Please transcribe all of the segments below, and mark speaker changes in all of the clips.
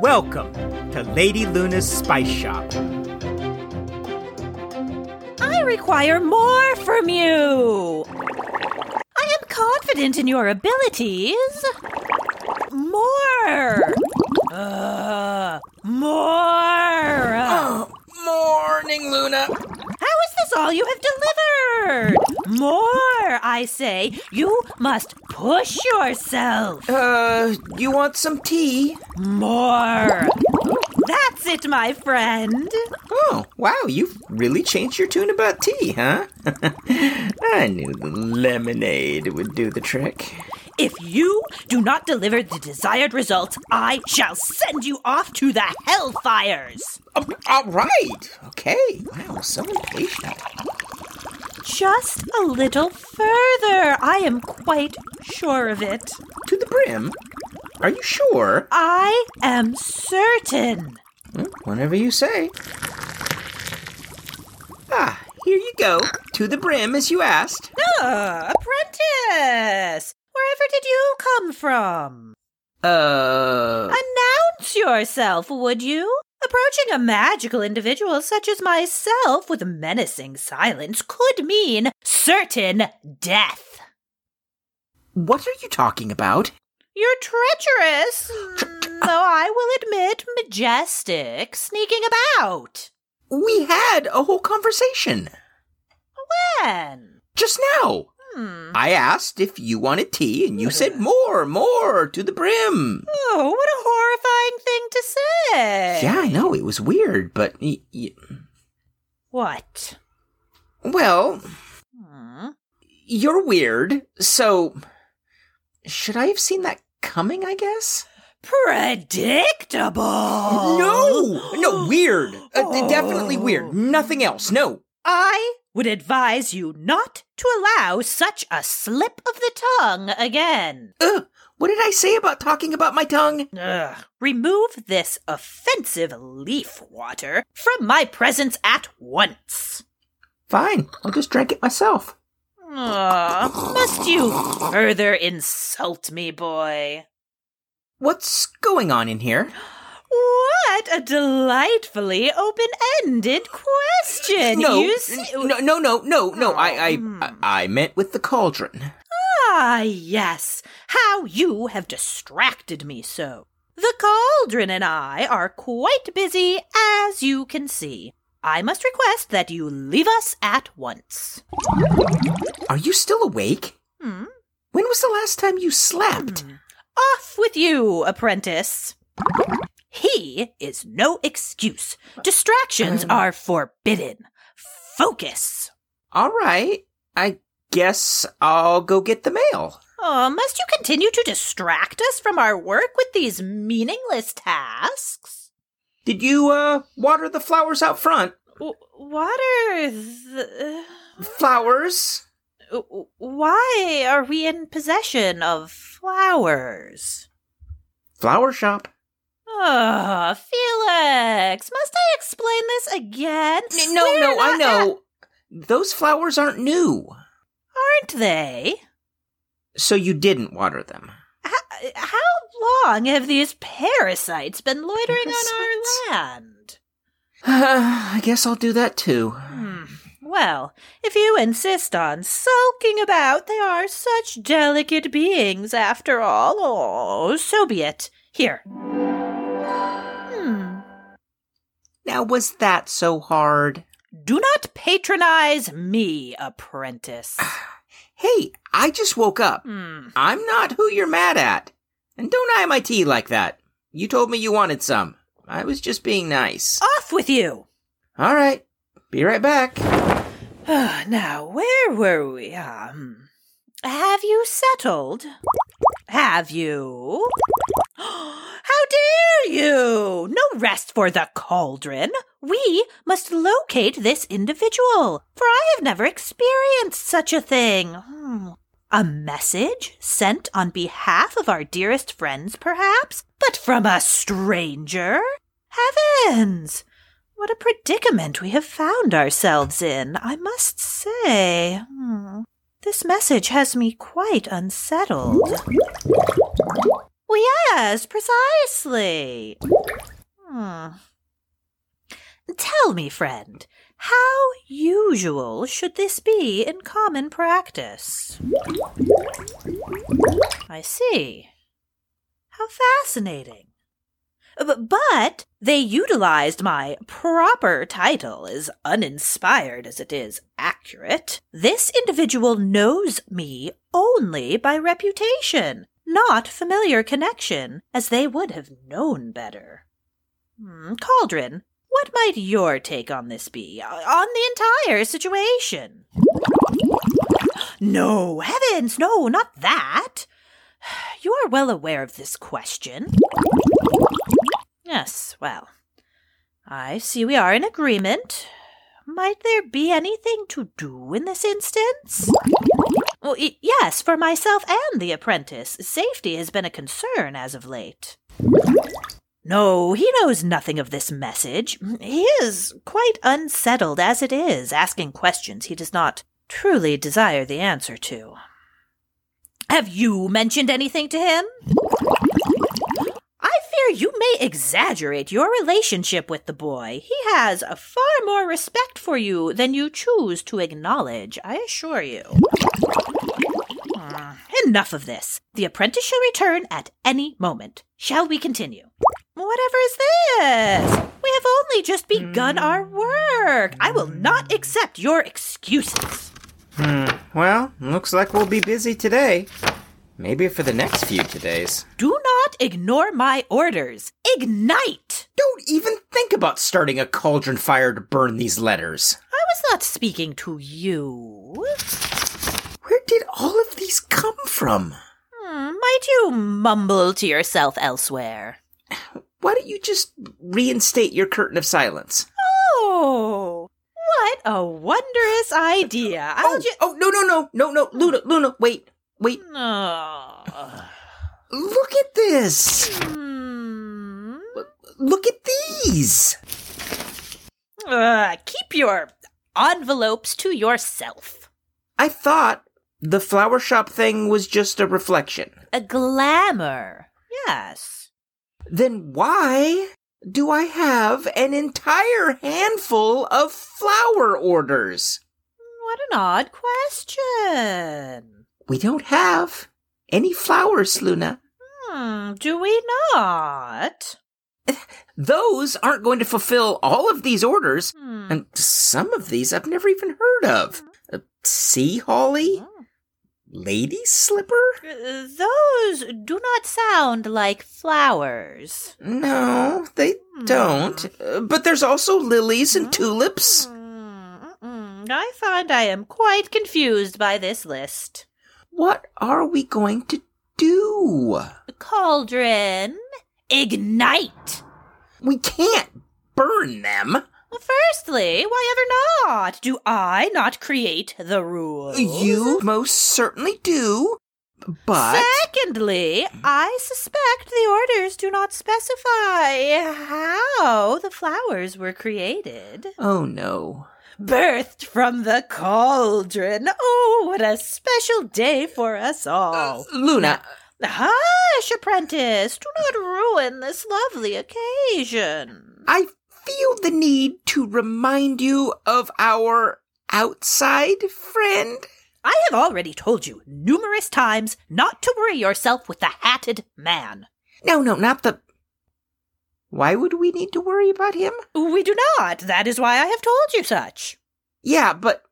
Speaker 1: Welcome to Lady Luna's Spice Shop.
Speaker 2: I require more from you. I am confident in your abilities. More. Uh, more.
Speaker 3: Oh, morning, Luna.
Speaker 2: How is this all you have delivered? More, I say. You must push yourself.
Speaker 3: Uh, you want some tea?
Speaker 2: More. That's it, my friend.
Speaker 3: Oh, wow, you've really changed your tune about tea, huh? I knew the lemonade would do the trick.
Speaker 2: If you do not deliver the desired results, I shall send you off to the hellfires.
Speaker 3: Um, all right, okay. Wow, so impatient.
Speaker 2: Just a little further. I am quite sure of it.
Speaker 3: To the brim? Are you sure?
Speaker 2: I am certain.
Speaker 3: Hmm, Whenever you say. Ah, here you go. To the brim, as you asked.
Speaker 2: Ah, apprentice! Wherever did you come from?
Speaker 3: Uh.
Speaker 2: Announce yourself, would you? Approaching a magical individual such as myself with menacing silence could mean certain death.
Speaker 3: What are you talking about?
Speaker 2: You're treacherous, mm, though I will admit majestic, sneaking about.
Speaker 3: We had a whole conversation
Speaker 2: When?
Speaker 3: just now.
Speaker 2: Hmm.
Speaker 3: I asked if you wanted tea, and you said more, more, to the brim.
Speaker 2: Oh, what a horrifying thing to say.
Speaker 3: Yeah, I know, it was weird, but. Y- y-
Speaker 2: What?
Speaker 3: well,
Speaker 2: Hmm.
Speaker 3: you're weird, so. Should I have seen that coming, I guess?
Speaker 2: Predictable.
Speaker 3: No! No, weird! Uh, d- Definitely weird. Nothing else, no.
Speaker 2: I would advise you not to allow such a slip of the tongue again.
Speaker 3: Ugh, what did I say about talking about my tongue?
Speaker 2: Ugh. Remove this offensive leaf water from my presence at once.
Speaker 3: Fine, I'll just drink it myself.
Speaker 2: Ah, must you further insult me, boy?
Speaker 3: What's going on in here?
Speaker 2: What a delightfully open-ended question!
Speaker 3: No,
Speaker 2: you see-
Speaker 3: n- no, no, no, no, no. I, I, I, I meant with the cauldron.
Speaker 2: Ah, yes. How you have distracted me so. The cauldron and I are quite busy, as you can see. I must request that you leave us at once.
Speaker 3: Are you still awake?
Speaker 2: Hmm.
Speaker 3: When was the last time you slept?
Speaker 2: Off with you, apprentice. He is no excuse. Distractions are forbidden. Focus.
Speaker 3: All right, I guess I'll go get the mail.
Speaker 2: Oh, must you continue to distract us from our work with these meaningless tasks?
Speaker 3: Did you uh water the flowers out front?
Speaker 2: W- water. Th-
Speaker 3: Flowers?
Speaker 2: w- why are we in possession of flowers?
Speaker 3: Flower shop?
Speaker 2: Oh, Felix, must I explain this again?
Speaker 3: N- no,
Speaker 2: We're
Speaker 3: no, I
Speaker 2: not-
Speaker 3: know. Uh, Those flowers aren't new,
Speaker 2: Aren't they?
Speaker 3: so you didn't water them.
Speaker 2: H- how long have these parasites been loitering
Speaker 3: Parasites?
Speaker 2: on our land?
Speaker 3: I guess I'll do that too.
Speaker 2: Hmm. Well, if you insist on sulking about, they are such delicate beings after all. Oh, so be it. Here. Hmm.
Speaker 3: Now, was that so hard?
Speaker 2: Do not patronize me, apprentice.
Speaker 3: Hey, I just woke up.
Speaker 2: Hmm.
Speaker 3: I'm not who you're mad at. And don't eye my tea like that. You told me you wanted some. I was just being nice.
Speaker 2: Off with you!
Speaker 3: All right. Be right back.
Speaker 2: Ah, now, where were we? Um, have you settled? Have you? How dare you! No rest for the cauldron! We must locate this individual, for I have never experienced such a thing. Hmm. A message sent on behalf of our dearest friends, perhaps, but from a stranger? Heavens! What a predicament we have found ourselves in, I must say. Hmm. This message has me quite unsettled. Well, yes, precisely. Hmm. Tell me, friend, how usual should this be in common practice? I see. How fascinating. B- But they utilized my proper title, as uninspired as it is accurate. This individual knows me only by reputation, not familiar connection, as they would have known better. Hmm, Cauldron, what might your take on this be, o- on the entire situation? No, heavens, no, not that. You are well aware of this question. Yes, well, I see we are in agreement. Might there be anything to do in this instance? Well, y- yes, for myself and the apprentice, safety has been a concern as of late. No, he knows nothing of this message. He is quite unsettled as it is, asking questions he does not truly desire the answer to. Have you mentioned anything to him? I fear you may exaggerate your relationship with the boy. He has a far more respect for you than you choose to acknowledge, I assure you. Hmm, Enough of this. The apprentice shall return at any moment. Shall we continue? Whatever is this? We have only just begun our work. I will not accept your excuses.
Speaker 3: Well, looks like we'll be busy today. Maybe for the next few todays.
Speaker 2: Do not ignore my orders. Ignite!
Speaker 3: Don't even think about starting a cauldron fire to burn these letters.
Speaker 2: I was not speaking to you.
Speaker 3: Where did all of these come from?
Speaker 2: Hmm, might you mumble to yourself elsewhere?
Speaker 3: Why don't you just reinstate your curtain of silence?
Speaker 2: Oh, what a wondrous idea. I'll
Speaker 3: Oh,
Speaker 2: just.
Speaker 3: oh, no, no, no, no, no, Luna, Luna, wait, wait. Look at this.
Speaker 2: Hmm.
Speaker 3: Look at these.
Speaker 2: Uh, keep your envelopes to yourself.
Speaker 3: I thought the flower shop thing was just a reflection.
Speaker 2: A glamour. Yes.
Speaker 3: Then why do I have an entire handful of flower orders?
Speaker 2: What an odd question.
Speaker 3: We don't have any flowers, Luna.
Speaker 2: Hmm, do we not?
Speaker 3: Those aren't going to fulfill all of these orders,
Speaker 2: Hmm.
Speaker 3: and some of these I've never even heard of. Uh, sea holly? Lady slipper?
Speaker 2: Those do not sound like flowers.
Speaker 3: No, they
Speaker 2: Hmm.
Speaker 3: don't. Uh, but there's also lilies and tulips.
Speaker 2: Mm-mm. I find I am quite confused by this list.
Speaker 3: What are we going to do?
Speaker 2: Cauldron, ignite!
Speaker 3: We can't burn them.
Speaker 2: Well, firstly, why ever not? Do I not create the rules? Oh.
Speaker 3: You most certainly do. But
Speaker 2: Secondly, I suspect the orders do not specify how the flowers were created.
Speaker 3: oh no.
Speaker 2: Birthed from the cauldron. Oh, what a special day for us
Speaker 3: Uh,
Speaker 2: all.
Speaker 3: Luna,
Speaker 2: Hush, apprentice. Do not ruin this lovely occasion.
Speaker 3: I feel the need to remind you of our outside friend.
Speaker 2: I have already told you numerous times not to worry yourself with the hatted man.
Speaker 3: No, no, not the Why would we need to worry about him?
Speaker 2: We do not. That is why I have told you such.
Speaker 3: Yeah, but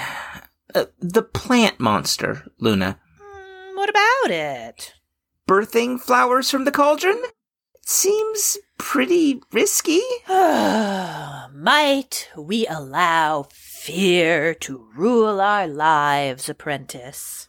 Speaker 3: uh, the plant monster, Luna.
Speaker 2: Hmm, What about it?
Speaker 3: Birthing flowers from the cauldron? Seems pretty risky.
Speaker 2: Might we allow fear to rule our lives, apprentice?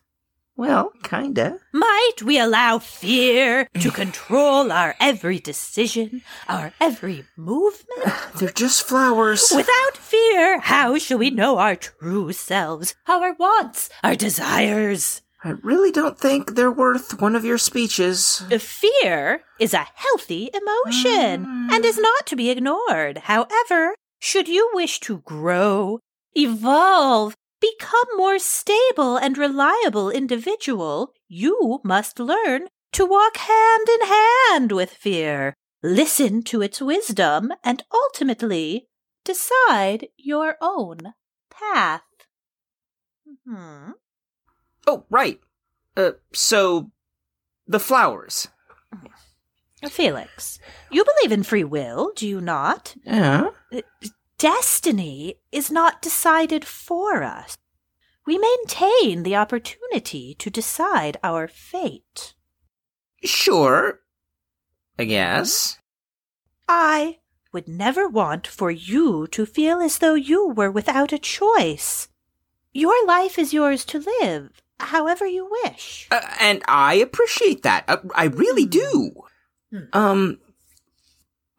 Speaker 3: Well, kinda.
Speaker 2: Might we allow fear to control our every decision, our every movement?
Speaker 3: They're just flowers.
Speaker 2: Without fear, how shall we know our true selves, our wants, our desires?
Speaker 3: I really don't think they're worth one of your speeches.
Speaker 2: Fear is a healthy emotion and is not to be ignored. However, should you wish to grow, evolve, become more stable and reliable individual, you must learn to walk hand in hand with fear, listen to its wisdom, and ultimately decide your own path. Hmm.
Speaker 3: Oh, right. Uh, so, the flowers.
Speaker 2: Felix, you believe in free will, do you not?
Speaker 3: Yeah.
Speaker 2: Destiny is not decided for us. We maintain the opportunity to decide our fate.
Speaker 3: Sure. I guess.
Speaker 2: I would never want for you to feel as though you were without a choice. Your life is yours to live, however you wish.
Speaker 3: Uh, and I appreciate that. I, I really do. Um,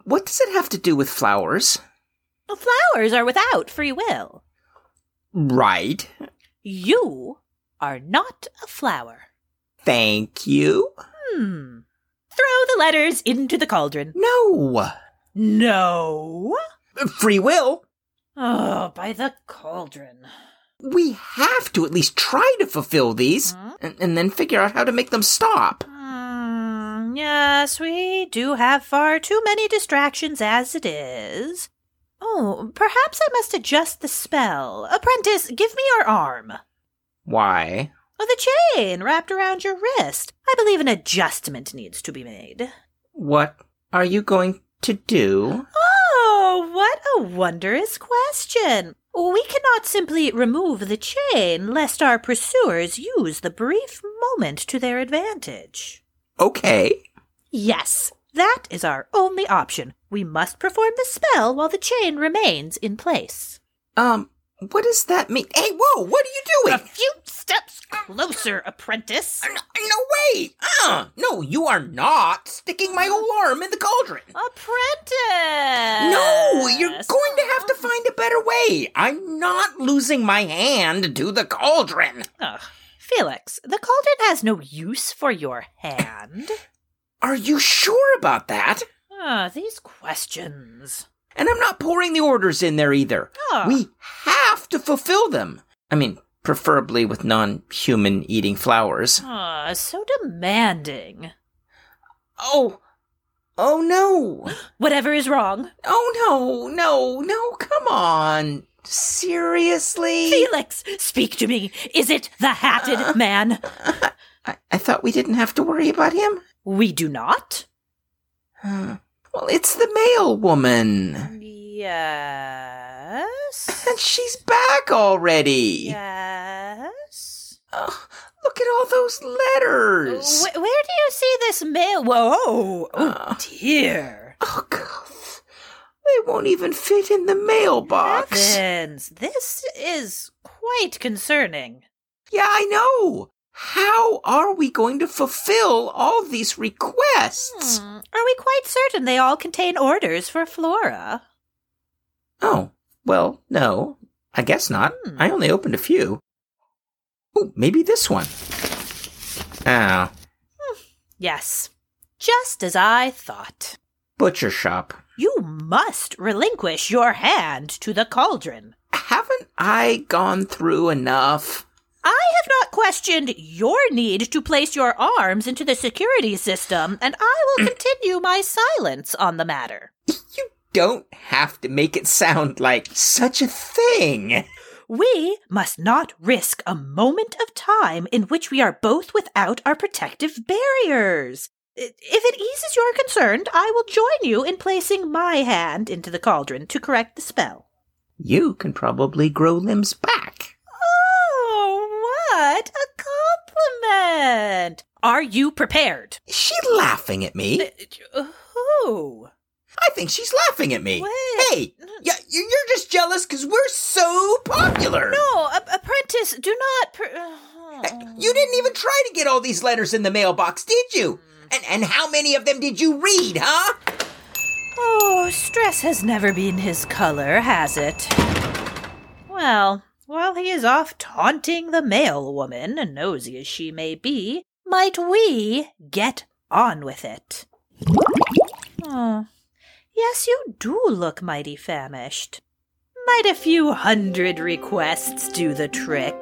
Speaker 3: what does it have to do with flowers?
Speaker 2: Well, Flowers are without free will.
Speaker 3: Right.
Speaker 2: You are not a flower.
Speaker 3: Thank you.
Speaker 2: Hmm. Throw the letters into the cauldron.
Speaker 3: No.
Speaker 2: No.
Speaker 3: Free will.
Speaker 2: Oh, by the cauldron.
Speaker 3: We have to at least try to fulfill these
Speaker 2: Hmm?
Speaker 3: and, and then figure out how to make them stop.
Speaker 2: Hmm, yes, we do have far too many distractions as it is. Oh, perhaps I must adjust the spell. Apprentice, give me your arm.
Speaker 3: Why?
Speaker 2: Oh, the chain wrapped around your wrist. I believe an adjustment needs to be made.
Speaker 3: What are you going to do?
Speaker 2: Oh, what a wondrous question! We cannot simply remove the chain lest our pursuers use the brief moment to their advantage.
Speaker 3: Okay.
Speaker 2: Yes, that is our only option. We must perform the spell while the chain remains in place.
Speaker 3: Um, what does that mean? Hey, whoa, what are you doing?
Speaker 2: A few steps closer, apprentice.
Speaker 3: No, no way! Uh, no, you are not sticking my old arm in the cauldron.
Speaker 2: Apprentice!
Speaker 3: No, you're going to have to find a better way. I'm not losing my hand to the cauldron.
Speaker 2: Ugh. Felix, the cauldron has no use for your hand.
Speaker 3: Are you sure about that?
Speaker 2: Ah, these questions.
Speaker 3: And I'm not pouring the orders in there either.
Speaker 2: Ah.
Speaker 3: We have to fulfill them. I mean, preferably with non human eating flowers.
Speaker 2: Ah, so demanding.
Speaker 3: Oh, oh no.
Speaker 2: Whatever is wrong.
Speaker 3: Oh no, no, no, come on. Seriously?
Speaker 2: Felix, speak to me. Is it the hatted man?
Speaker 3: I, I thought we didn't have to worry about him.
Speaker 2: We do not.
Speaker 3: Huh. Well, it's the male woman.
Speaker 2: Yes.
Speaker 3: And she's back already.
Speaker 2: Yes.
Speaker 3: Ugh, look at all those letters.
Speaker 2: Wh- where do you see this male? Whoa!
Speaker 3: Uh.
Speaker 2: Oh dear.
Speaker 3: oh, God. They won't even fit in the mailbox.
Speaker 2: Heavens, this is quite concerning.
Speaker 3: Yeah, I know. How are we going to fulfill all these requests?
Speaker 2: Hmm, Are we quite certain they all contain orders for Flora?
Speaker 3: Oh, well, no. I guess not.
Speaker 2: Hmm.
Speaker 3: I only opened a few. Oh, maybe this one. Oh,
Speaker 2: Yes. Just as I thought.
Speaker 3: butcher shop.
Speaker 2: You must relinquish your hand to the cauldron.
Speaker 3: Haven't I gone through enough?
Speaker 2: I have not questioned your need to place your arms into the security system, and I will continue my silence on the matter.
Speaker 3: You don't have to make it sound like such a thing.
Speaker 2: We must not risk a moment of time in which we are both without our protective barriers. I- If it eases your concern, I will join you in placing my hand into the cauldron to correct the spell.
Speaker 3: You can probably grow limbs back.
Speaker 2: Oh, what a compliment! Are you prepared? Uh,
Speaker 3: Is she laughing at me?
Speaker 2: Who?
Speaker 3: I think she's laughing at me.
Speaker 2: What?
Speaker 3: Hey, yeah, you- you're just jealous because we're so popular. Eh,
Speaker 2: No, a- apprentice, do not. uh-huh. Per-
Speaker 3: You didn't even try to get all these letters in the mailbox, did you?
Speaker 2: Mm.
Speaker 3: And and how many of them did you read, huh?
Speaker 2: Oh, stress has never been his color, has it? Well, while he is off taunting the mail woman, nosy as she may be, might we get on with it? Oh, yes, you do look mighty famished. Might a few hundred requests do the trick?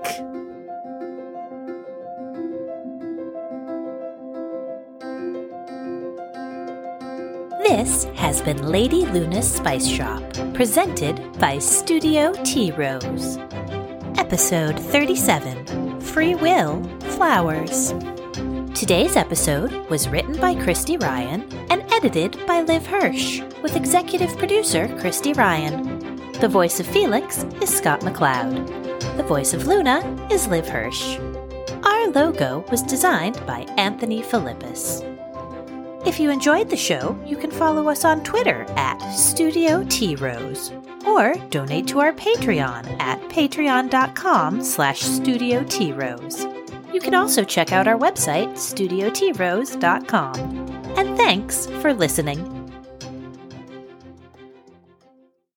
Speaker 2: This has been Lady Luna's Spice Shop, presented by Studio Tea Rose. Episode 37 Free Will Flowers. Today's episode was written by Christy Ryan and edited by Liv Hirsch, with executive producer Christy Ryan. The voice of Felix is Scott McLeod. The voice of Luna is Liv Hirsch. Our logo was designed by Anthony Philippus. If you enjoyed the show, you can follow us on Twitter at Studio T Rose or donate to our Patreon at patreon.com slash Studio T Rose. You can also check out our website, studiotrose.com. And thanks for listening.